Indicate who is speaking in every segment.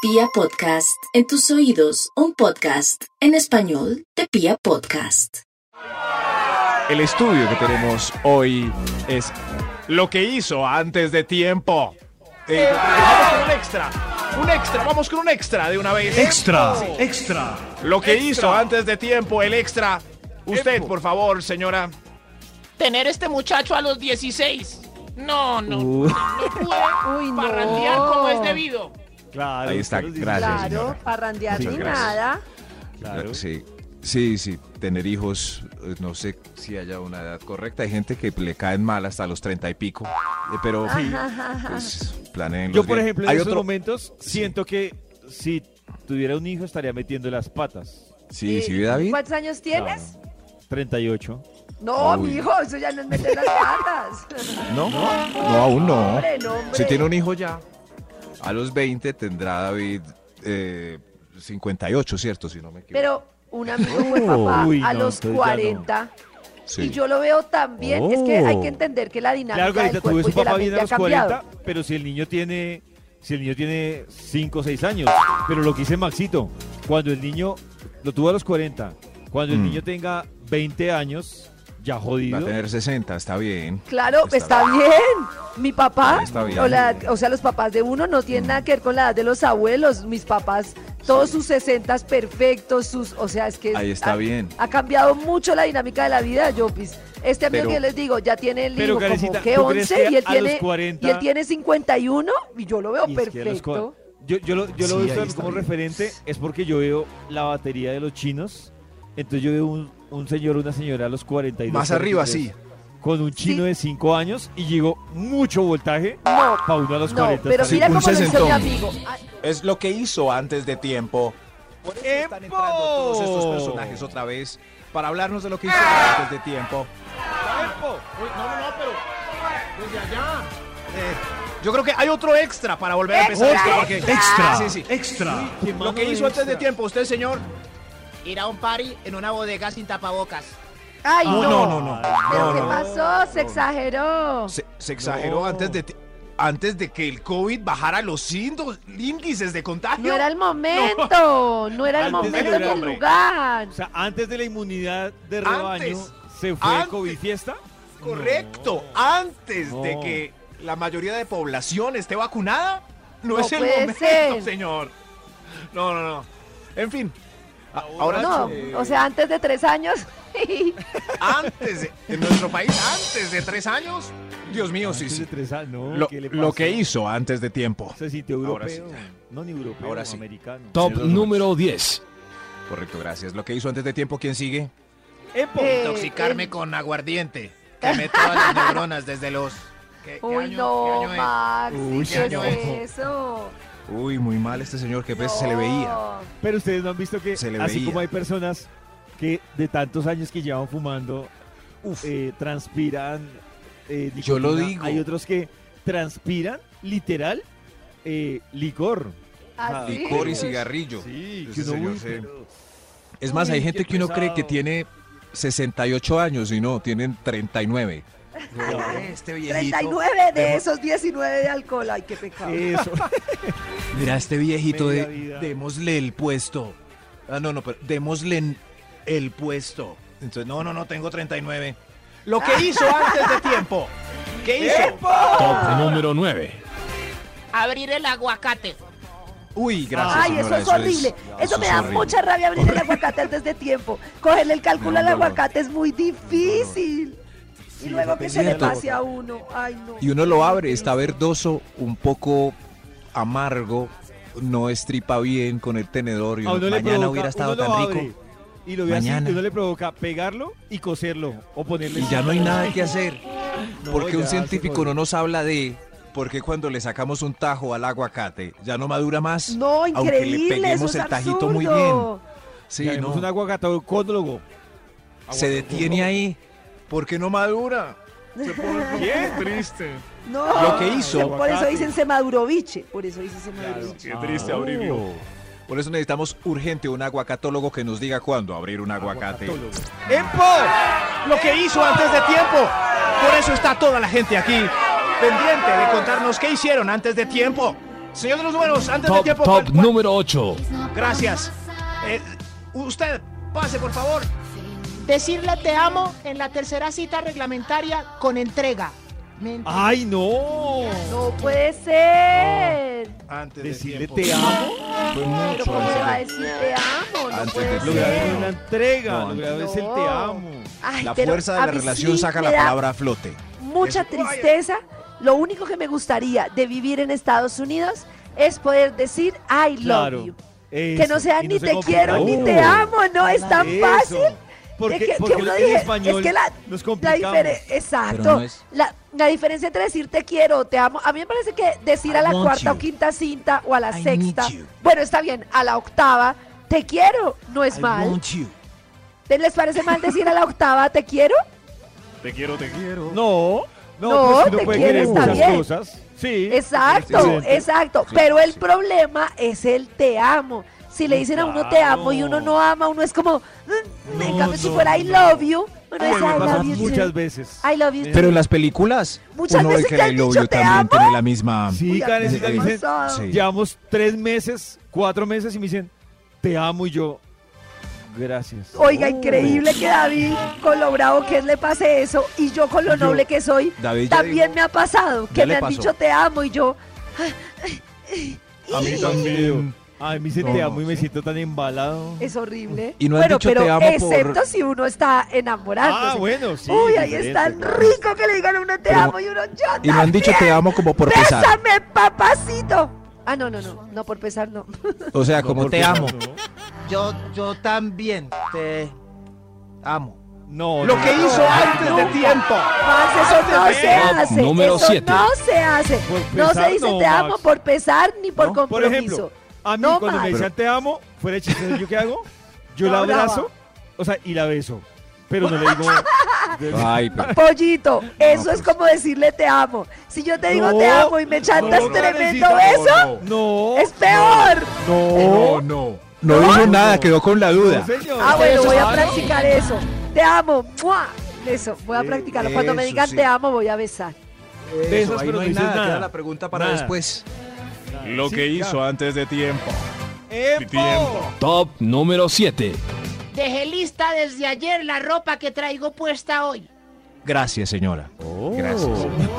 Speaker 1: Pia Podcast, en tus oídos, un podcast en español de Pia Podcast.
Speaker 2: El estudio que tenemos hoy es lo que hizo antes de tiempo. Eh, vamos con un extra, un extra, vamos con un extra de una vez.
Speaker 3: Extra, extra.
Speaker 2: Lo que hizo antes de tiempo, el extra. Usted, por favor, señora.
Speaker 4: tener este muchacho a los 16. No, no. No pude parrandear como es debido.
Speaker 3: Claro.
Speaker 5: Ahí está,
Speaker 3: usted nos dice-
Speaker 5: gracias.
Speaker 6: Claro,
Speaker 5: señora.
Speaker 6: parrandear
Speaker 5: Muchas
Speaker 6: ni
Speaker 5: gracias.
Speaker 6: nada.
Speaker 3: Claro.
Speaker 5: Sí, sí, sí, tener hijos, eh, no sé si haya una edad correcta. Hay gente que le caen mal hasta los treinta y pico, eh, pero pues, planeen
Speaker 3: Yo, por ejemplo, en
Speaker 5: hay
Speaker 3: esos
Speaker 5: otro.
Speaker 3: momentos siento que si tuviera un hijo estaría metiendo las patas.
Speaker 5: Sí,
Speaker 6: Eh,
Speaker 5: sí, David.
Speaker 6: ¿Cuántos años tienes?
Speaker 3: Claro. 38.
Speaker 6: No,
Speaker 5: Uy.
Speaker 6: mijo, eso ya no es meter las patas.
Speaker 5: No, no, aún no.
Speaker 6: Hombre, no, hombre.
Speaker 5: Si tiene un hijo ya, a los 20 tendrá David eh, 58, ¿cierto? Si no me equivoco.
Speaker 6: Pero un amigo fue papá
Speaker 3: Uy,
Speaker 6: a
Speaker 3: no,
Speaker 6: los
Speaker 3: entonces ya no.
Speaker 6: 40.
Speaker 5: Sí. Oh.
Speaker 6: Y yo lo veo también. Es que hay que entender que la
Speaker 3: Claro
Speaker 6: dinámica
Speaker 3: que ahorita
Speaker 6: del
Speaker 3: tú ves
Speaker 6: cuerpo
Speaker 3: un
Speaker 6: y de
Speaker 3: papá bien a
Speaker 6: la mente ha
Speaker 3: los
Speaker 6: cambiado.
Speaker 3: 40, pero si el niño tiene si el niño tiene 5 o 6 años, pero lo que dice Maxito, cuando el niño lo tuvo a los 40, cuando el
Speaker 5: Mm.
Speaker 3: niño tenga 20 años, ya
Speaker 5: Va
Speaker 3: jodido.
Speaker 5: a tener 60, está bien.
Speaker 6: Claro, está,
Speaker 5: Está
Speaker 6: bien. Mi papá,
Speaker 5: Está bien.
Speaker 6: O, la- o sea, los papás de uno no tienen nada que ver con la edad de los abuelos. Mis papás, todos sus sesentas perfectos, sus, o sea, es que
Speaker 5: Ahí está
Speaker 6: ha,
Speaker 5: bien.
Speaker 6: ha cambiado mucho la dinámica de la vida, yo pues, Este amigo
Speaker 5: Pero-
Speaker 6: que yo les digo, ya tiene el
Speaker 3: pero,
Speaker 6: hijo
Speaker 3: Karencita,
Speaker 6: como que
Speaker 3: ¿tú crees
Speaker 6: 11
Speaker 3: que
Speaker 6: y él
Speaker 3: a los
Speaker 6: tiene
Speaker 3: 40?
Speaker 6: y él tiene 51 y yo lo
Speaker 3: Y
Speaker 6: veo
Speaker 3: es que a los
Speaker 6: perfecto.
Speaker 3: cua- yo, yo lo, yo lo
Speaker 5: Sí,
Speaker 3: veo
Speaker 5: ahí está
Speaker 3: como
Speaker 5: bien.
Speaker 3: referente, es porque yo veo la batería de los chinos. Entonces yo veo un, un señor, una señora a los 42.
Speaker 5: Más arriba,
Speaker 3: 43,
Speaker 5: sí.
Speaker 3: Con un chino
Speaker 6: Sí.
Speaker 3: de 5 años y llegó mucho voltaje
Speaker 6: No,
Speaker 3: para uno a los
Speaker 6: no,
Speaker 3: 40.
Speaker 6: pero
Speaker 5: Sí,
Speaker 6: mira
Speaker 5: un
Speaker 6: cómo lo hizo mi
Speaker 5: sesentón.
Speaker 6: amigo. Ah,
Speaker 5: Es lo que hizo antes de tiempo. Por eso están
Speaker 3: ¡Tiempo!
Speaker 5: entrando todos estos personajes otra vez para hablarnos de lo que hizo antes de tiempo.
Speaker 2: Uy, no, no, no, pero desde allá. Eh, yo creo que hay otro extra para volver a empezar esto. Porque,
Speaker 3: Extra,
Speaker 2: Sí, sí.
Speaker 3: extra.
Speaker 2: Lo que hizo antes de tiempo, usted, señor.
Speaker 4: Ir a un party en una bodega sin tapabocas.
Speaker 6: Ay, no. Pero
Speaker 5: No,
Speaker 6: qué
Speaker 5: no,
Speaker 6: pasó? se exageró.
Speaker 5: Se, se exageró
Speaker 3: No.
Speaker 5: antes de ti-
Speaker 2: Antes de que el COVID bajara los índos- índices de contagio.
Speaker 6: No era el momento, no, era el
Speaker 3: Antes de
Speaker 6: momento ni el
Speaker 2: lograrlo.
Speaker 6: lugar.
Speaker 3: O sea, antes de la inmunidad de rebaño,
Speaker 2: Antes,
Speaker 3: se fue
Speaker 2: antes.
Speaker 3: COVID fiesta.
Speaker 2: Correcto. Antes de
Speaker 3: No.
Speaker 2: que la mayoría de población esté vacunada, no,
Speaker 6: No
Speaker 2: es el
Speaker 6: puede
Speaker 2: momento,
Speaker 6: ser.
Speaker 2: señor. No, no, no. En fin. a- Ahora,
Speaker 6: No,
Speaker 2: eh,
Speaker 6: o sea, antes de tres años.
Speaker 2: antes, de- en nuestro país, antes de tres años, Dios mío, sí,
Speaker 3: Antes de
Speaker 2: sí.
Speaker 3: tres años, no,
Speaker 5: lo,
Speaker 3: ¿qué le
Speaker 5: lo que
Speaker 3: pasó?
Speaker 5: hizo antes de tiempo.
Speaker 3: Se sintió
Speaker 5: Ahora
Speaker 3: europeo.
Speaker 5: sí.
Speaker 3: No ni europeo,
Speaker 5: Ahora sí.
Speaker 3: americano.
Speaker 7: Top
Speaker 5: Señor
Speaker 7: número 10.
Speaker 5: Correcto, gracias. Lo que hizo antes de tiempo, ¿quién sigue?
Speaker 3: ¡Epo!
Speaker 6: Eh,
Speaker 4: Intoxicarme
Speaker 6: el-
Speaker 4: con aguardiente. Que me todas las neuronas desde los. ¿Qué, qué
Speaker 6: Uy,
Speaker 4: año-
Speaker 6: no,
Speaker 4: qué año es?
Speaker 6: Max,
Speaker 5: Uy,
Speaker 6: ¿qué
Speaker 4: año
Speaker 6: es eso?
Speaker 5: Uy, muy mal este señor, que a veces se le veía.
Speaker 6: No.
Speaker 3: Pero ustedes no han visto que,
Speaker 5: Se le
Speaker 3: así
Speaker 5: veía.
Speaker 3: como hay personas que de tantos años que llevan fumando, eh, transpiran. eh,
Speaker 5: Yo lo
Speaker 3: nicotina,
Speaker 5: digo.
Speaker 3: Hay otros que transpiran, literal, eh, licor. Ah,
Speaker 6: Así.
Speaker 5: Licor y cigarrillo.
Speaker 3: Sí,
Speaker 5: ese
Speaker 3: que uno,
Speaker 5: señor
Speaker 3: uy,
Speaker 5: se-
Speaker 3: pero-
Speaker 5: Es más, hay
Speaker 3: Uy,
Speaker 5: gente
Speaker 3: qué
Speaker 5: que uno cree que
Speaker 3: pesado.
Speaker 5: tiene 68 años y no, tienen 39.
Speaker 2: Este viejito.
Speaker 6: 39 de esos 19 de alcohol, ay, qué
Speaker 5: Ah.
Speaker 6: pecado.
Speaker 3: Eso.
Speaker 5: Mira, este viejito
Speaker 3: Media
Speaker 5: de.
Speaker 3: vida.
Speaker 5: Démosle el puesto. Ah, no, no, pero démosle en- el puesto. Entonces, no, no, no, tengo 39.
Speaker 2: Lo que hizo antes de tiempo. ¿Qué hizo?
Speaker 7: Top
Speaker 2: Ah.
Speaker 7: número 9.
Speaker 4: Abrir el aguacate.
Speaker 5: Uy, gracias.
Speaker 6: Ay, eso
Speaker 5: señora,
Speaker 6: es horrible. Eso,
Speaker 5: es- eso
Speaker 6: me
Speaker 5: es
Speaker 6: da
Speaker 5: horrible.
Speaker 6: mucha rabia abrir el aguacate antes de tiempo. Cogerle el cálculo
Speaker 5: Me da un
Speaker 6: al
Speaker 5: dolor.
Speaker 6: aguacate es muy difícil. Y luego que se le
Speaker 5: cierto.
Speaker 6: pase a uno. Ay, no.
Speaker 5: Y uno lo abre, está verdoso, un poco amargo, no estripa bien con el tenedor. Y
Speaker 3: A
Speaker 5: uno,
Speaker 3: uno le
Speaker 5: mañana
Speaker 3: provoca,
Speaker 5: hubiera estado
Speaker 3: uno lo
Speaker 5: tan
Speaker 3: abre
Speaker 5: rico.
Speaker 3: Y lo ve
Speaker 5: Mañana.
Speaker 3: así, y uno le provoca pegarlo y coserlo o ponerle.
Speaker 5: Y ya no hay nada que hacer.
Speaker 3: No,
Speaker 5: Porque un
Speaker 3: ya se
Speaker 5: científico
Speaker 3: jodió.
Speaker 5: no nos habla de por qué cuando le sacamos un tajo al aguacate ya no madura más.
Speaker 6: No,
Speaker 5: Aunque
Speaker 6: increíble.
Speaker 5: le
Speaker 6: eso
Speaker 5: peguemos
Speaker 6: es
Speaker 5: el tajito muy bien.
Speaker 6: absurdo.
Speaker 5: Sí,
Speaker 3: Ya vemos
Speaker 5: no.
Speaker 3: un aguacatocólogo.
Speaker 5: Se detiene ahí. ¿Por qué no madura?
Speaker 2: Bien triste.
Speaker 6: No,
Speaker 5: Lo que hizo.
Speaker 6: se- Por eso dicen semaduroviche. Por eso dicen semaduroviche.
Speaker 2: Qué triste,
Speaker 6: Oh.
Speaker 2: Aurelio.
Speaker 5: Por eso necesitamos urgente un aguacatólogo que nos diga cuándo abrir un aguacate.
Speaker 2: ¡Empo! Lo que hizo antes de tiempo. Por eso está toda la gente aquí, pendiente de contarnos qué hicieron antes de tiempo. Señor de los números, antes de
Speaker 7: Top,
Speaker 2: tiempo.
Speaker 7: top
Speaker 2: ¿cuál- cuál-
Speaker 7: número 8.
Speaker 2: Gracias. Eh, usted, pase, por favor.
Speaker 4: Decirle te amo en la tercera cita reglamentaria con entrega. Mentira.
Speaker 3: ¡Ay, no!
Speaker 6: No puede ser.
Speaker 2: Antes
Speaker 3: Decirle
Speaker 2: de tiempo.
Speaker 3: te amo.
Speaker 5: Fue
Speaker 6: Pero
Speaker 5: mucho
Speaker 6: ¿cómo le va a
Speaker 5: antes
Speaker 6: decir te amo? No
Speaker 5: Antes
Speaker 6: puede
Speaker 5: de-
Speaker 3: Lo grave
Speaker 6: ser.
Speaker 3: es la entrega,
Speaker 5: No,
Speaker 3: lo grave es el
Speaker 6: no.
Speaker 3: te amo.
Speaker 6: Ay,
Speaker 5: de- La
Speaker 6: pero
Speaker 5: fuerza de
Speaker 6: a
Speaker 5: la
Speaker 6: mí sí
Speaker 5: relación saca
Speaker 6: me
Speaker 5: la
Speaker 6: da
Speaker 5: palabra a flote.
Speaker 6: Mucha tristeza. Lo único que me gustaría de vivir en Estados Unidos es poder decir I love
Speaker 3: Claro.
Speaker 6: you.
Speaker 3: eso,
Speaker 6: Que no sea
Speaker 3: y
Speaker 6: ni te
Speaker 3: complica.
Speaker 6: quiero ni te
Speaker 3: No.
Speaker 6: amo, no es tan
Speaker 3: Eso.
Speaker 6: fácil.
Speaker 3: Porque,
Speaker 6: que- que
Speaker 3: porque
Speaker 6: uno
Speaker 3: en
Speaker 6: dije,
Speaker 3: español
Speaker 6: es que la-
Speaker 3: nos
Speaker 6: La
Speaker 3: complicamos.
Speaker 6: difere- Exacto. la, la diferencia entre decir te quiero o te amo, a mí me parece que decir a la cuarta o quinta cinta o a la sexta, bueno, está bien, a la octava, te quiero, no es mal. ¿Te- ¿Les parece mal decir a la octava te quiero?
Speaker 3: No, no,
Speaker 6: No,
Speaker 3: pero es que uno
Speaker 6: te
Speaker 3: puede
Speaker 6: quiero,
Speaker 3: querer
Speaker 6: está
Speaker 3: muchas
Speaker 6: bien.
Speaker 3: cosas. Sí.
Speaker 6: Exacto,
Speaker 3: Sí, sí.
Speaker 6: exacto.
Speaker 5: Sí,
Speaker 6: Pero el
Speaker 5: sí.
Speaker 6: problema es el te amo. Si le dicen a uno te amo y uno no ama, uno es como, "Mm, en
Speaker 3: No,
Speaker 6: cambio, si
Speaker 3: no,
Speaker 6: fuera I
Speaker 3: no.
Speaker 6: love you, uno es
Speaker 3: Pero
Speaker 6: I
Speaker 3: me pasa
Speaker 6: love you.
Speaker 3: muchas
Speaker 6: too".
Speaker 3: veces.
Speaker 6: I love you.
Speaker 5: Pero en las películas,
Speaker 6: Muchas
Speaker 5: uno ve
Speaker 6: veces
Speaker 5: que
Speaker 6: te
Speaker 5: la
Speaker 6: han
Speaker 5: love
Speaker 6: dicho,
Speaker 5: you
Speaker 6: "Te
Speaker 5: también
Speaker 6: amo".
Speaker 5: tiene la misma.
Speaker 3: Sí, Karencita,
Speaker 5: sí,
Speaker 3: me dicen,
Speaker 6: pasado.
Speaker 5: sí.
Speaker 3: llevamos tres meses, cuatro meses y me dicen, te amo y yo, gracias.
Speaker 6: Oiga, increíble que David, con lo bravo que es, le pase eso, y yo con lo
Speaker 3: Yo-
Speaker 6: noble que soy,
Speaker 5: David ya
Speaker 6: también
Speaker 5: dijo,
Speaker 6: me ha pasado,
Speaker 5: ya
Speaker 6: que me
Speaker 5: le
Speaker 6: han
Speaker 5: pasó.
Speaker 6: dicho te amo, y yo,
Speaker 3: A mí también. Ay, me dicen
Speaker 5: No,
Speaker 3: te
Speaker 5: no,
Speaker 3: amo y me
Speaker 5: sí.
Speaker 3: siento tan embalado.
Speaker 6: es horrible.
Speaker 5: Y no has
Speaker 6: bueno,
Speaker 5: dicho
Speaker 6: pero
Speaker 5: te amo por-
Speaker 6: excepto si uno está enamorándose.
Speaker 3: Ah, bueno, sí.
Speaker 6: Uy, ahí es tan
Speaker 3: diferente.
Speaker 6: rico que le digan a uno te
Speaker 5: Pero-
Speaker 6: amo y uno yo
Speaker 5: Y no han dicho te
Speaker 6: también.
Speaker 5: amo como por pesar.
Speaker 6: ¡Bésame, papacito! Ah, no, no, no, no por pesar, no.
Speaker 5: O sea, como
Speaker 3: ¿Por qué
Speaker 5: te amo.
Speaker 8: Yo, yo también te amo.
Speaker 3: No, no,
Speaker 2: Lo
Speaker 3: no.
Speaker 2: que hizo antes de tiempo.
Speaker 6: Más eso no
Speaker 2: Antes de-
Speaker 6: se hace.
Speaker 7: Número
Speaker 6: eso
Speaker 7: siete.
Speaker 6: no se hace.
Speaker 3: Por
Speaker 6: No se
Speaker 3: pesar,
Speaker 6: dice
Speaker 3: no,
Speaker 6: te amo
Speaker 3: Max.
Speaker 6: por pesar ni por
Speaker 3: ¿No? Por
Speaker 6: compromiso.
Speaker 3: ejemplo, a mí
Speaker 6: No
Speaker 3: cuando
Speaker 6: más.
Speaker 3: me decían te amo, fuera de chiste, ¿yo qué hago? Yo
Speaker 6: No,
Speaker 3: la
Speaker 6: brava.
Speaker 3: abrazo, o sea, y la beso. Pero no le digo...
Speaker 5: Ay, pero-
Speaker 6: Pollito, eso
Speaker 5: pues.
Speaker 6: es como decirle te amo. Si yo te digo te
Speaker 3: No,
Speaker 6: amo y me chantas
Speaker 3: no,
Speaker 6: tremendo
Speaker 3: Karencita,
Speaker 6: beso,
Speaker 3: No.
Speaker 6: es
Speaker 5: Ah,
Speaker 6: peor.
Speaker 3: No.
Speaker 5: no. No dijo nada, quedó con la duda.
Speaker 3: No, señor.
Speaker 6: Ah, bueno, voy a practicar eso. Te amo. ¡mua! Eso, voy a
Speaker 3: Eh,
Speaker 6: practicarlo. Cuando me
Speaker 5: eso
Speaker 6: digan
Speaker 5: sí.
Speaker 6: te amo, voy a besar.
Speaker 3: Besas, pero no dices nada.
Speaker 5: queda la pregunta para
Speaker 3: Nada.
Speaker 5: después.
Speaker 2: Lo
Speaker 3: Sí,
Speaker 2: que
Speaker 3: ya.
Speaker 2: hizo antes de tiempo.
Speaker 3: ¡Epo!
Speaker 2: Tiempo.
Speaker 7: Top número 7.
Speaker 4: Dejé lista desde ayer la ropa que traigo puesta hoy.
Speaker 5: Gracias, señora. Gracias.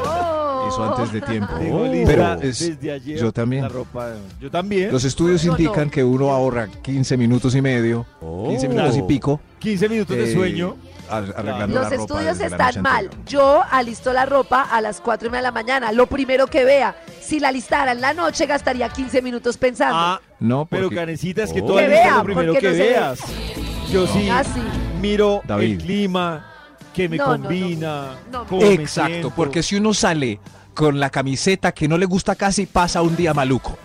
Speaker 6: Oh.
Speaker 5: Eso antes de tiempo.
Speaker 3: Oh. Tengo
Speaker 5: Pero
Speaker 3: lista
Speaker 5: es-
Speaker 3: desde ayer
Speaker 5: yo también.
Speaker 3: la ropa. Yo también.
Speaker 5: los estudios
Speaker 6: No, no.
Speaker 5: indican que uno ahorra 15 minutos y medio, 15 minutos y pico.
Speaker 3: 15 minutos de
Speaker 5: eh,
Speaker 3: Oh. sueño.
Speaker 5: ar-
Speaker 3: Dando
Speaker 5: Arreglando
Speaker 6: Los
Speaker 5: la ropa
Speaker 6: estudios
Speaker 5: desde la
Speaker 6: están
Speaker 5: noche
Speaker 6: mal.
Speaker 5: anterior.
Speaker 6: Yo alisto la ropa a las 4 y media de la mañana. Lo primero que vea, si la alistara en la noche, gastaría 15 minutos pensando.
Speaker 3: Ah,
Speaker 5: No,
Speaker 3: pero
Speaker 5: porque-
Speaker 3: Karencita, es que
Speaker 5: Oh.
Speaker 3: todo
Speaker 6: Que
Speaker 3: es
Speaker 6: vea,
Speaker 3: lo primero
Speaker 6: porque
Speaker 3: que
Speaker 6: no se ve.
Speaker 3: veas. Yo sí
Speaker 6: Así.
Speaker 3: miro
Speaker 5: David.
Speaker 3: el clima que me
Speaker 6: No, no, no.
Speaker 3: combina.
Speaker 6: No,
Speaker 3: cómo me
Speaker 5: Exacto,
Speaker 3: siento.
Speaker 5: porque si uno sale con la camiseta que no le gusta casi, pasa un día maluco.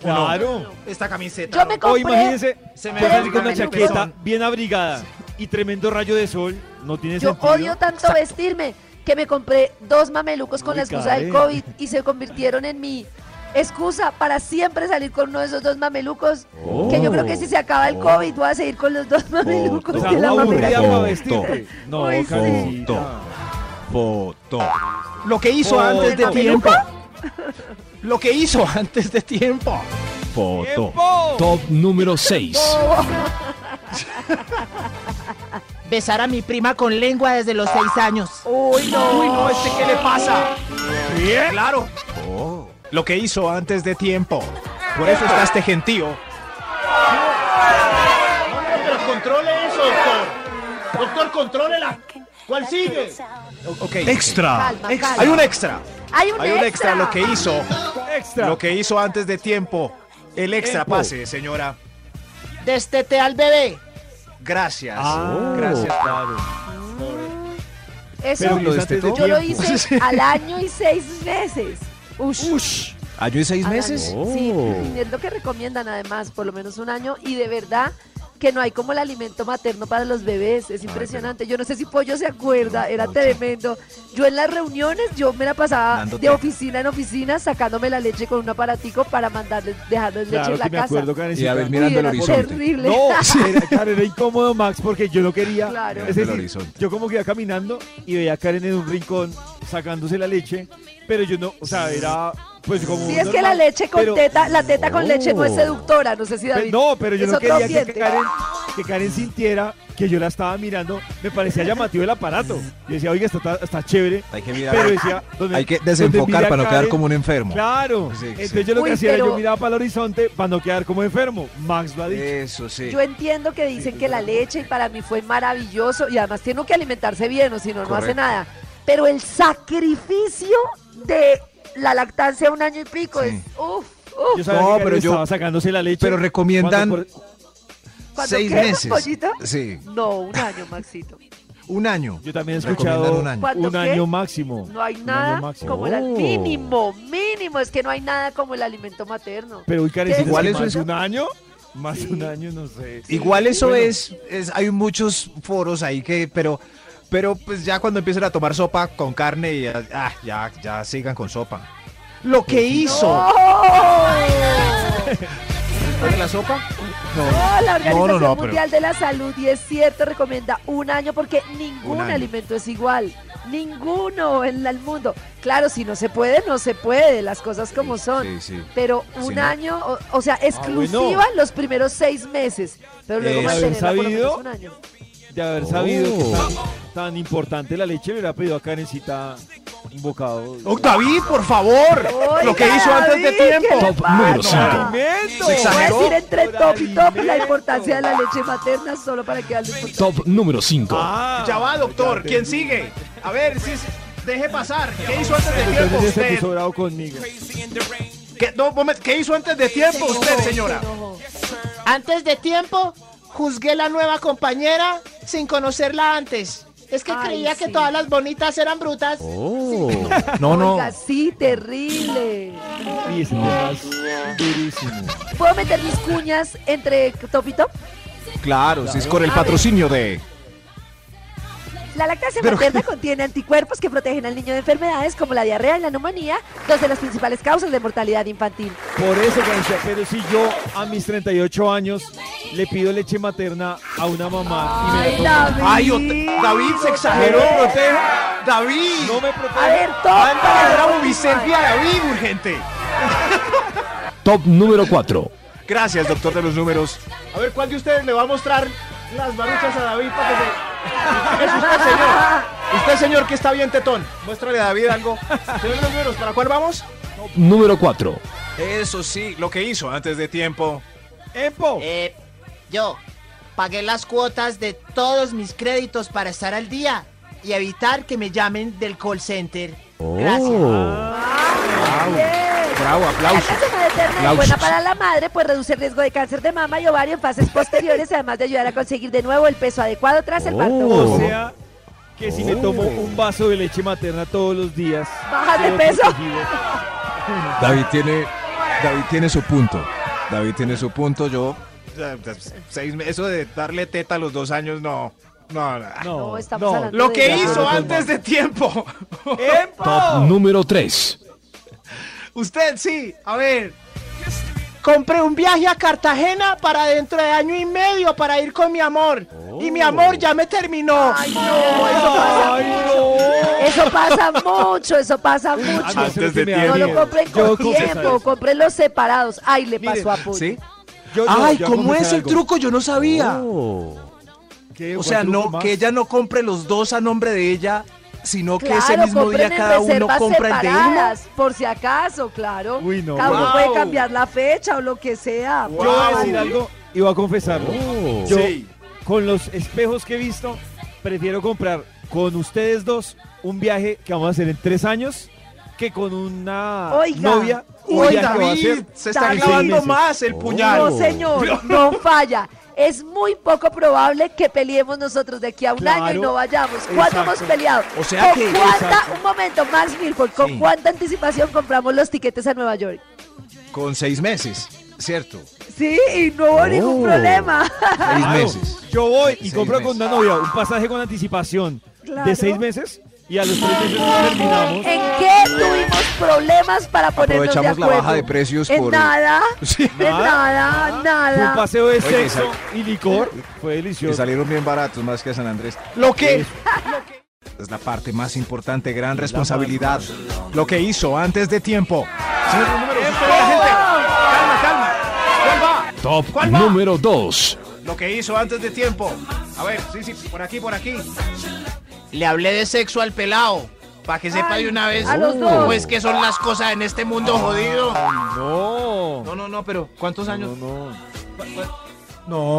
Speaker 3: Claro.
Speaker 8: Esta camiseta.
Speaker 6: Yo me
Speaker 3: O
Speaker 6: compré
Speaker 3: imagínense,
Speaker 8: Se me
Speaker 3: puede salir
Speaker 8: ve
Speaker 3: con una
Speaker 8: el
Speaker 3: chaqueta
Speaker 8: pezón.
Speaker 3: bien abrigada y tremendo rayo de sol. No tiene
Speaker 6: Yo
Speaker 3: sentido.
Speaker 6: odio tanto vestirme que me compré dos mamelucos con
Speaker 3: Uy,
Speaker 6: la excusa
Speaker 3: Karen.
Speaker 6: del COVID y se convirtieron en mi excusa para siempre salir con uno de esos dos mamelucos. Que yo creo que si se acaba el COVID voy a seguir con los dos mamelucos
Speaker 3: O sea,
Speaker 6: de la
Speaker 3: Oh. una aburrida
Speaker 6: mamera.
Speaker 5: mameluco.
Speaker 3: para vestirte. No,
Speaker 6: Uy, sí.
Speaker 3: Karencita.
Speaker 5: Foto.
Speaker 2: Lo que hizo
Speaker 3: Oh.
Speaker 2: antes de
Speaker 6: ¿Del
Speaker 2: tiempo. Lo que hizo antes de tiempo.
Speaker 5: Foto.
Speaker 3: ¡Tiempo!
Speaker 2: Oh.
Speaker 7: Top número 6.
Speaker 4: Besar a mi prima con lengua desde los seis años.
Speaker 6: Uy, no.
Speaker 2: Uy, no, este qué le pasa. Claro. Oh. Lo que hizo antes de tiempo. Por eso está este gentío.
Speaker 8: Pero controle eso, doctor. Doctor, contrólela. ¿Cuál sigue?
Speaker 2: Ok.
Speaker 5: Extra.
Speaker 6: Calma, calma.
Speaker 2: Hay un extra.
Speaker 6: Hay un
Speaker 2: Hay un extra. Lo que hizo.
Speaker 3: ¡Extra!
Speaker 2: Lo que hizo antes de tiempo. El extra
Speaker 3: Tiempo.
Speaker 2: pase, señora.
Speaker 4: Destete al bebé.
Speaker 2: Gracias.
Speaker 6: Oh.
Speaker 3: Ah,
Speaker 2: Gracias.
Speaker 3: Claro.
Speaker 6: Eso
Speaker 5: Pero lo
Speaker 3: antes de
Speaker 5: destetó.
Speaker 6: yo lo
Speaker 5: tiempo.
Speaker 6: hice al año y seis meses. Ush.
Speaker 5: ¿Año y Ah, seis
Speaker 6: Al
Speaker 5: meses?
Speaker 6: año. Sí,
Speaker 3: Oh.
Speaker 6: es lo que recomiendan además, por lo menos un año. Y de verdad que no hay como el alimento materno para los bebés.
Speaker 3: Ah,
Speaker 6: Es impresionante. Yo no sé si Pollo se acuerda, era tremendo. Yo en las reuniones, yo me la pasaba
Speaker 5: Dándote.
Speaker 6: de oficina en oficina sacándome la leche con un aparatico para mandarles, dejarles leche
Speaker 3: Claro
Speaker 6: en la
Speaker 3: que me
Speaker 6: casa.
Speaker 3: acuerdo,
Speaker 5: Y a
Speaker 3: Karencita.
Speaker 5: ver, mirando
Speaker 6: Uy,
Speaker 5: el
Speaker 6: era
Speaker 5: horizonte.
Speaker 6: terrible.
Speaker 3: No, era, claro, era incómodo, Max, porque yo no quería.
Speaker 6: Claro.
Speaker 3: Es
Speaker 5: Mirando el
Speaker 3: decir,
Speaker 5: horizonte.
Speaker 3: yo como que iba caminando y veía a Karen en un rincón sacándose la leche, pero yo no, o sea, era Pues como
Speaker 6: Si es que
Speaker 3: normal,
Speaker 6: la leche con
Speaker 3: pero-
Speaker 6: teta, la teta con leche no es seductora, no sé si
Speaker 3: Pe-
Speaker 6: David.
Speaker 3: no, pero yo
Speaker 6: es
Speaker 3: no
Speaker 6: otro
Speaker 3: quería que
Speaker 6: ambiente.
Speaker 3: Karen, que Karen sintiera que yo la estaba mirando. Me parecía llamativo el aparato. Yo decía, oiga, esto está, está chévere.
Speaker 5: Hay que mirar.
Speaker 3: Pero decía, donde-
Speaker 5: Hay que
Speaker 3: donde
Speaker 5: desenfocar
Speaker 3: mira
Speaker 5: para no quedar
Speaker 3: Karen-
Speaker 5: como un enfermo.
Speaker 3: Claro.
Speaker 5: Sí, sí.
Speaker 3: Entonces yo lo
Speaker 6: Uy,
Speaker 3: que hacía era
Speaker 6: pero-
Speaker 3: yo miraba para el horizonte para no quedar como enfermo. Max lo ha dicho.
Speaker 5: Eso sí.
Speaker 6: Yo entiendo que dicen que la leche y para mí fue maravilloso y además tiene que alimentarse bien o si no, no
Speaker 5: Correcto.
Speaker 6: hace nada. Pero el sacrificio de la lactancia a un año y pico
Speaker 5: Sí.
Speaker 6: es uff, uff.
Speaker 3: Yo sabía
Speaker 5: No,
Speaker 3: que Karen
Speaker 5: pero yo-
Speaker 3: estaba sacándose la leche.
Speaker 5: pero recomiendan-
Speaker 3: cuando
Speaker 6: Cuando
Speaker 5: Seis
Speaker 6: quema el
Speaker 5: meses.
Speaker 6: pollito.
Speaker 5: Sí.
Speaker 6: No, un año, Maxito.
Speaker 5: Un año.
Speaker 3: Yo también he
Speaker 5: Recomiendan
Speaker 3: escuchado
Speaker 5: un año.
Speaker 6: ¿Cuánto
Speaker 3: un
Speaker 6: qué?
Speaker 3: año máximo.
Speaker 6: No hay
Speaker 3: Un año
Speaker 6: nada
Speaker 3: máximo.
Speaker 6: como el al-
Speaker 5: Oh.
Speaker 6: mínimo, mínimo. Es que no hay nada como el alimento materno.
Speaker 3: Pero uy, Karen,
Speaker 6: ¿Qué?
Speaker 5: Igual
Speaker 3: igual
Speaker 5: eso
Speaker 3: eso
Speaker 5: es-
Speaker 3: es un año. Más
Speaker 6: Sí.
Speaker 3: un año, no sé.
Speaker 5: Igual eso
Speaker 3: Bueno.
Speaker 5: es, es- hay muchos foros ahí que, pero, pero pues ya cuando empiezan a tomar sopa con carne y ya- ah, ya, ya sigan con sopa. Lo que hizo.
Speaker 6: ¡Oh!
Speaker 5: ¿De la sopa?
Speaker 6: No, la Organización
Speaker 5: No, no, no, pero-
Speaker 6: Mundial de la Salud, y es cierto, recomienda un año porque ningún
Speaker 5: Un año.
Speaker 6: alimento es igual. Ninguno en la- el mundo. Claro, si no se puede, no se puede, las cosas como son.
Speaker 5: Sí, sí.
Speaker 6: Pero un
Speaker 5: no. Ah,
Speaker 6: año, o, o sea, exclusiva los primeros seis meses. Pero luego
Speaker 5: Eh,
Speaker 6: mantenerla por lo menos
Speaker 3: ¿sabido?
Speaker 6: un año.
Speaker 3: De haber sabido que
Speaker 5: Oh.
Speaker 3: tan, tan importante la leche, le hubiera pedido a Karencita un bocado.
Speaker 5: ¡Oh, David, por favor! lo que
Speaker 6: Oiga,
Speaker 5: hizo antes de
Speaker 6: David, ¿qué
Speaker 5: tiempo.
Speaker 6: le
Speaker 7: Top número
Speaker 6: pasa?
Speaker 7: cinco.
Speaker 3: ¡Alimento!
Speaker 5: Se
Speaker 6: Voy a
Speaker 5: exageró.
Speaker 6: decir entre top y top la
Speaker 3: Alimento.
Speaker 6: importancia de la leche materna solo para que alguien por-
Speaker 7: Top número 5.
Speaker 3: Ah,
Speaker 2: Ya va, doctor.
Speaker 3: ya
Speaker 2: ¿Quién
Speaker 3: entendí.
Speaker 2: sigue? A ver, si es- deje pasar. ¿Qué hizo antes de tiempo
Speaker 3: Entonces se
Speaker 2: usted?
Speaker 3: puso bravo conmigo.
Speaker 2: ¿Qué, no, un momento, ¿qué hizo antes de tiempo usted, señora?
Speaker 4: Antes de tiempo, juzgué la nueva compañera sin conocerla antes. Es que
Speaker 6: Ay,
Speaker 4: creía que
Speaker 6: sí.
Speaker 4: todas las bonitas eran brutas.
Speaker 5: No, no.
Speaker 6: Oiga, sí, terrible.
Speaker 3: Y ese tema es durísimo.
Speaker 6: ¿Puedo meter mis cuñas entre top y top?
Speaker 5: Claro, si es con el patrocinio de.
Speaker 6: La lactancia materna contiene anticuerpos que protegen al niño de enfermedades como la diarrea y la neumonía, dos de las principales causas de mortalidad infantil.
Speaker 3: Por eso, Karencita, pero si yo a mis 38 años le pido leche materna a una mamá y me la tomo,
Speaker 2: Ay, ot- David se exageró. protege. David.
Speaker 3: no me
Speaker 6: A
Speaker 3: protege.
Speaker 6: ver, top.
Speaker 2: Mándale
Speaker 6: para
Speaker 2: bravo
Speaker 6: top.
Speaker 2: Vicente a David, urgente.
Speaker 7: Top número 4.
Speaker 5: Gracias, doctor de los números.
Speaker 2: A ver, ¿cuál de ustedes le va a mostrar las maruchas a David para que se... Es usted, señor. Usted, señor, que está bien tetón. Muéstrale a David algo. Señor de los números, ¿para cuál vamos?
Speaker 7: Top número 4.
Speaker 5: Eso sí, lo que hizo antes de tiempo.
Speaker 3: ¡Empo!
Speaker 4: Eh, yo pagué las cuotas de todos mis créditos para estar al día y evitar que me llamen del call center.
Speaker 2: Oh.
Speaker 4: Gracias.
Speaker 6: Bien.
Speaker 5: Bravo,
Speaker 6: La
Speaker 5: aplauso.
Speaker 6: lactancia materna es
Speaker 5: Aplausos.
Speaker 6: buena para la madre, pues reduce el riesgo de cáncer de mama y ovario en fases posteriores, además de ayudar a conseguir de nuevo el peso adecuado tras el parto.
Speaker 3: O sea, que si me tomo un vaso de leche materna todos los días.
Speaker 6: Bajas de
Speaker 3: quedo
Speaker 6: peso.
Speaker 3: protegido.
Speaker 5: David tiene, David tiene su punto. David tiene su punto. Yo, eh, seis, me- eso de darle teta a los dos años, no. No, no.
Speaker 6: No, estamos hablando
Speaker 2: Lo que
Speaker 6: de-
Speaker 2: hizo antes de tiempo.
Speaker 7: Top número 3.
Speaker 2: Usted sí. A ver.
Speaker 4: Compré un viaje a Cartagena para dentro de año y medio para ir con mi amor. Y mi amor ya me terminó.
Speaker 6: Ay, no, eso pasa mucho. Eso pasa mucho, eso pasa mucho.
Speaker 3: Ah, no, eso es
Speaker 5: Antes de
Speaker 3: que me
Speaker 5: tiempo.
Speaker 6: No
Speaker 3: da
Speaker 6: lo
Speaker 3: miedo.
Speaker 6: compren
Speaker 3: Yo
Speaker 6: con
Speaker 3: confieso
Speaker 6: tiempo,
Speaker 3: eso.
Speaker 6: compren los separados. Ay, le pasó a Pollo.
Speaker 5: ¿Sí?
Speaker 3: Yo- yo-
Speaker 9: Ay,
Speaker 3: yo
Speaker 9: ¿cómo
Speaker 3: confesar
Speaker 9: es el
Speaker 3: algo.
Speaker 9: truco? Yo no sabía.
Speaker 3: ¿Qué?
Speaker 9: O
Speaker 3: ¿Cuál
Speaker 9: sea,
Speaker 3: truco
Speaker 9: no,
Speaker 3: más?
Speaker 9: que ella no compre los dos a nombre de ella, sino que ese
Speaker 6: Claro,
Speaker 9: mismo
Speaker 6: compren
Speaker 9: día
Speaker 6: en
Speaker 9: cada uno
Speaker 6: reservas
Speaker 9: compra el de uno.
Speaker 6: separadas, por si acaso, claro.
Speaker 3: Uy, no.
Speaker 6: Cada uno
Speaker 2: Wow.
Speaker 6: puede cambiar la fecha o lo que sea.
Speaker 3: Yo voy a
Speaker 2: Wow.
Speaker 3: decir algo y voy a confesarlo.
Speaker 5: Oh.
Speaker 3: Yo,
Speaker 2: Sí.
Speaker 3: con los espejos que he visto, prefiero comprar con ustedes dos un viaje que vamos a hacer en tres años que con una
Speaker 6: Oiga.
Speaker 3: novia. un
Speaker 2: Uy,
Speaker 3: viaje que va a
Speaker 2: David.
Speaker 3: hacer
Speaker 2: Se está
Speaker 6: David.
Speaker 2: clavando
Speaker 3: Sí, sí.
Speaker 2: más el puñal.
Speaker 6: No, señor, no falla. Es muy poco probable que peleemos nosotros de aquí a un
Speaker 3: Claro.
Speaker 6: año y no vayamos. ¿Cuándo
Speaker 3: Exacto.
Speaker 6: hemos peleado?
Speaker 9: O sea
Speaker 6: ¿Con
Speaker 9: que-
Speaker 6: cuánta,
Speaker 3: Exacto.
Speaker 6: un momento, Max Milford, ¿con
Speaker 5: Sí.
Speaker 6: cuánta anticipación compramos los tiquetes a Nueva York?
Speaker 5: Con seis meses, ¿cierto?
Speaker 6: Sí, y no hubo ningún problema.
Speaker 5: Seis
Speaker 3: Claro,
Speaker 5: meses.
Speaker 3: Yo voy y
Speaker 5: Seis
Speaker 3: compro con
Speaker 5: meses.
Speaker 3: una novia un pasaje con anticipación
Speaker 6: Claro.
Speaker 3: de seis meses y a los tres meses terminamos.
Speaker 6: ¿En qué tuvimos problemas para ponernos de
Speaker 5: Aprovechamos la
Speaker 6: acuerdo?
Speaker 5: baja de precios
Speaker 6: En
Speaker 5: por-
Speaker 6: nada,
Speaker 5: Sí.
Speaker 6: en nada,
Speaker 5: ¿Ah?
Speaker 3: Fue un
Speaker 6: nada.
Speaker 3: paseo de
Speaker 5: Oye,
Speaker 3: sexo y licor. Fue
Speaker 5: Que
Speaker 3: delicioso.
Speaker 5: salieron bien baratos más que a San Andrés.
Speaker 2: Lo que...
Speaker 5: Es la parte más importante, gran responsabilidad. Lo que hizo antes de tiempo.
Speaker 2: Señor, los números, usted, la gente. Calma, calma. ¿Cuál va?
Speaker 7: Top
Speaker 2: ¿Cuál va?
Speaker 7: número 2.
Speaker 2: Lo que hizo antes de tiempo. A ver, sí, sí, por aquí, por aquí.
Speaker 4: Le hablé de sexo al pelado. Para que sepa
Speaker 6: Ay,
Speaker 4: de una vez
Speaker 6: a los dos.
Speaker 4: cómo es que son las cosas en este mundo jodido.
Speaker 3: No.
Speaker 9: No, no, no, pero ¿cuántos años?
Speaker 3: No, no.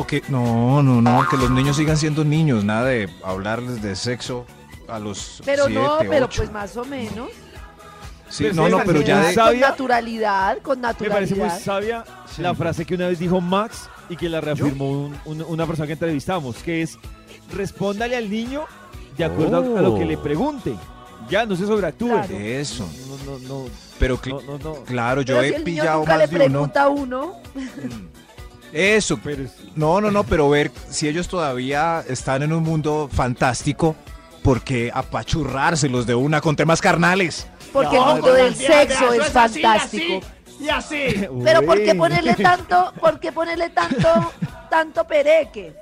Speaker 5: No, que no, no, no, que los niños sigan siendo niños, nada de hablarles de sexo a los
Speaker 6: Pero
Speaker 5: siete,
Speaker 6: no, pero
Speaker 5: ocho.
Speaker 6: pues más o menos. Pues
Speaker 5: Sí,
Speaker 3: Pero
Speaker 5: no, no,
Speaker 3: sigan
Speaker 5: pero ya
Speaker 3: siendo
Speaker 5: de-
Speaker 3: niños.
Speaker 6: Con
Speaker 3: ¿Sabia?
Speaker 6: naturalidad, con
Speaker 3: Me parece muy
Speaker 6: naturalidad.
Speaker 3: sabia la frase que una vez dijo Max y que la reafirmó un- un- una persona que entrevistamos, que es respóndale al niño de acuerdo a- a
Speaker 2: Oh.
Speaker 3: lo que le pregunte. Ya, no se sobreactúe.
Speaker 6: Claro.
Speaker 5: eso.
Speaker 3: No, no, no,
Speaker 5: Pero cl-
Speaker 3: no, no, no.
Speaker 5: claro, yo
Speaker 6: Pero
Speaker 5: he
Speaker 6: si el niño
Speaker 5: pillado
Speaker 6: nunca le
Speaker 5: más de uno.
Speaker 6: pregunta a uno,
Speaker 5: Eso,
Speaker 3: Pero es-
Speaker 5: No, no, no, pero ver si ellos todavía están en un mundo fantástico, porque apachurrárselos de una con temas carnales?
Speaker 6: porque
Speaker 8: No,
Speaker 6: el mundo
Speaker 8: con
Speaker 6: del
Speaker 8: las viejas, eso
Speaker 6: sexo es
Speaker 8: así,
Speaker 6: fantástico.
Speaker 8: así, Y así.
Speaker 6: Pero ¿por qué
Speaker 3: Uy.
Speaker 6: ponerle tanto, por qué ponerle tanto, tanto pereque?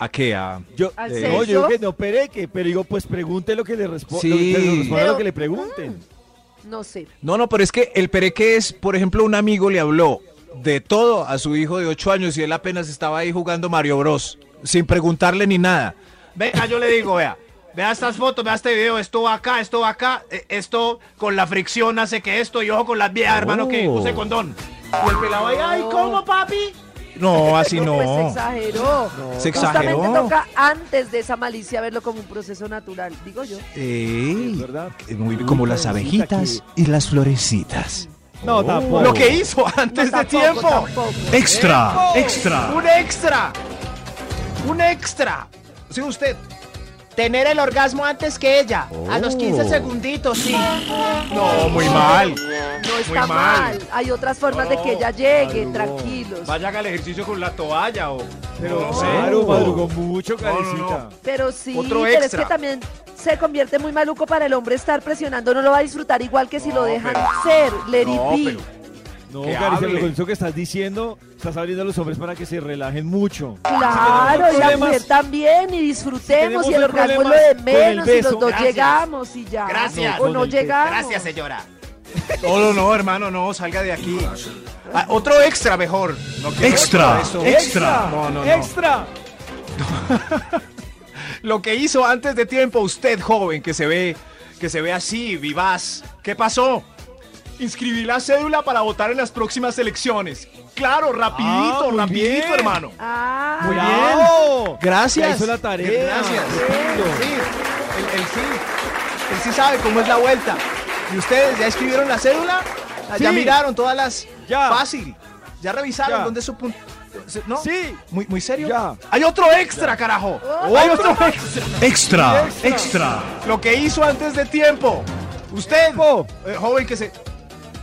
Speaker 5: ¿A qué? ¿A
Speaker 3: Yo, eh,
Speaker 6: ¿Al
Speaker 3: no, yo
Speaker 6: sexo?
Speaker 3: digo que no pereque, pero digo, pues pregunte lo que le respo-
Speaker 5: Sí.
Speaker 3: lo que- pero responda
Speaker 6: Pero-
Speaker 3: lo que le pregunten.
Speaker 2: Ah.
Speaker 6: No sé.
Speaker 5: No, no, pero es que el pereque es, por ejemplo, un amigo le habló de todo a su hijo de 8 años y él apenas estaba ahí jugando Mario Bros. sin preguntarle ni nada.
Speaker 2: Venga, yo le digo, vea.
Speaker 8: Vea estas fotos, vea este video, esto va acá, esto va acá, eh, esto con la fricción hace que esto y ojo con las viejas, hermano, que use condón. Y el pelado ahí, ay, ¿cómo, papi?
Speaker 5: No, así no.
Speaker 6: Pues se exageró.
Speaker 5: Se
Speaker 6: Justamente
Speaker 5: exageró.
Speaker 6: toca antes de esa malicia verlo como un proceso natural, digo yo.
Speaker 5: Ey,
Speaker 3: Es verdad.
Speaker 5: muy como las
Speaker 3: Florecita
Speaker 5: abejitas y las florecitas.
Speaker 3: No, tampoco.
Speaker 2: Oh. Lo que hizo antes
Speaker 6: No,
Speaker 2: de
Speaker 6: tampoco,
Speaker 2: tiempo.
Speaker 6: tampoco.
Speaker 5: Extra, extra.
Speaker 2: Un extra. Un extra. Sí, usted.
Speaker 4: Tener el orgasmo antes que ella. A los 15 segunditos, sí.
Speaker 2: No, muy mal.
Speaker 6: No está
Speaker 2: Muy mal.
Speaker 6: mal. Hay otras formas de que ella llegue, tranquilos.
Speaker 2: Vaya haga el ejercicio con la toalla o. Pero no sé.
Speaker 3: Claro, madrugó mucho, carecita.
Speaker 6: Pero sí,
Speaker 2: Otro
Speaker 6: pero es
Speaker 2: extra.
Speaker 6: que también se convierte muy maluco para el hombre estar presionando, no lo va a disfrutar igual que si lo dejan ser, let
Speaker 2: No,
Speaker 6: it be.
Speaker 2: pero.
Speaker 3: No,
Speaker 2: Que
Speaker 3: Cari,
Speaker 2: hable.
Speaker 3: con eso que estás diciendo, estás abriendo a los hombres para que se relajen mucho.
Speaker 6: Claro, y la
Speaker 3: Problemas.
Speaker 6: mujer también, y disfrutemos,
Speaker 3: Si
Speaker 6: y el
Speaker 3: tenemos
Speaker 6: orgasmo es lo
Speaker 3: problemas
Speaker 6: de
Speaker 3: con el
Speaker 6: menos, y los
Speaker 3: beso,
Speaker 6: dos
Speaker 2: gracias.
Speaker 6: llegamos y ya.
Speaker 2: Gracias.
Speaker 6: O
Speaker 3: Con
Speaker 6: no
Speaker 3: el beso.
Speaker 6: llegamos.
Speaker 2: Gracias, señora. No, no, no, hermano, no, salga de aquí. Ah, otro extra mejor. No quiero
Speaker 5: Extra,
Speaker 2: esto.
Speaker 5: extra.
Speaker 2: No, no, no.
Speaker 3: ¡Extra!
Speaker 2: Lo que hizo antes de tiempo usted, joven, que se ve, que se ve así, vivaz. ¿Qué pasó? Inscribí la cédula para votar en las próximas elecciones. Claro, rapidito,
Speaker 3: Ah, muy
Speaker 2: rapidito,
Speaker 3: bien.
Speaker 2: hermano.
Speaker 6: Ah,
Speaker 3: Muy bien.
Speaker 2: Gracias.
Speaker 3: Ya hizo la tarea. Ah,
Speaker 2: Gracias.
Speaker 3: Perfecto.
Speaker 2: Sí, él, él sí. Él sí sabe cómo es la vuelta. ¿Y ustedes ya escribieron la cédula? Ah, Ya
Speaker 3: Sí.
Speaker 2: miraron todas las.
Speaker 3: Ya.
Speaker 2: Fácil. Ya revisaron
Speaker 3: Ya.
Speaker 2: dónde es su punto. ¿No?
Speaker 3: Sí.
Speaker 2: Muy, muy serio.
Speaker 3: Ya.
Speaker 2: Hay otro extra, carajo. Hay otro extra.
Speaker 5: Extra, extra.
Speaker 2: Lo que hizo antes de tiempo. Usted,
Speaker 3: Po.
Speaker 2: eh, joven que se.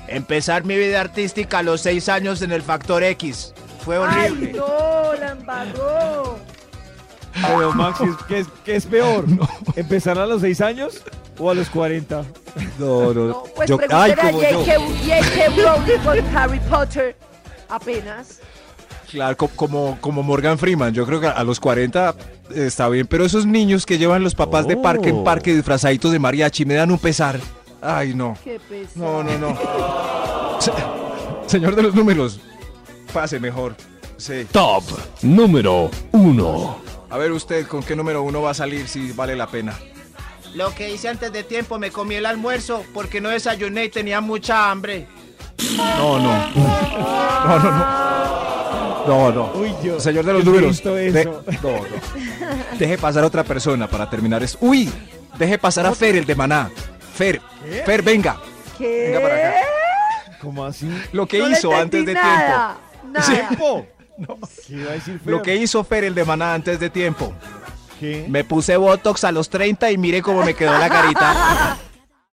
Speaker 9: Empezar mi vida artística a los seis años en el Factor X. Fue
Speaker 6: Ay, no, la embarró.
Speaker 3: Pero Max, ¿qué es- ¿qué es, qué es peor? ¿Empezar a los 6 años o a los 40?
Speaker 5: No, no.
Speaker 6: No, pues
Speaker 5: yo- ay,
Speaker 6: pregúntale a
Speaker 5: como yo.
Speaker 6: J.K. J.K. Rowling con Harry Potter. Apenas.
Speaker 5: Claro, co- como, como Morgan Freeman, yo creo que a los 40 está bien, pero esos niños que llevan los papás de parque
Speaker 3: Oh.
Speaker 5: en parque disfrazaditos de mariachi me dan un pesar. Ay, no.
Speaker 6: Qué pesar.
Speaker 5: No, no, no. Se- señor de los números, pase mejor. Sí.
Speaker 7: Top número 1.
Speaker 5: A ver usted con qué número uno va a salir si vale la pena.
Speaker 4: Lo que hice antes de tiempo, me comí el almuerzo porque no desayuné y tenía mucha hambre.
Speaker 5: No, no. No, no, no. No, no.
Speaker 3: Uy, yo.
Speaker 5: Señor de los
Speaker 3: he
Speaker 5: números.
Speaker 3: visto
Speaker 5: de-
Speaker 3: eso.
Speaker 5: no, no. Deje pasar a otra persona para terminar esto. Uy, deje pasar a Fer, el de Maná. Fer, Fer, venga.
Speaker 6: ¿Qué?
Speaker 5: Venga para acá.
Speaker 3: ¿Cómo así?
Speaker 5: Lo que
Speaker 6: No le
Speaker 5: hizo antes
Speaker 6: entendí
Speaker 5: de tiempo.
Speaker 6: nada, Nada.
Speaker 3: ¿Tiempo? ¿Qué iba a decir Fer?
Speaker 5: Lo que hizo Fer el de Maná antes de tiempo.
Speaker 3: ¿Qué?
Speaker 9: Me puse Botox a los 30 y mire cómo me quedó la carita.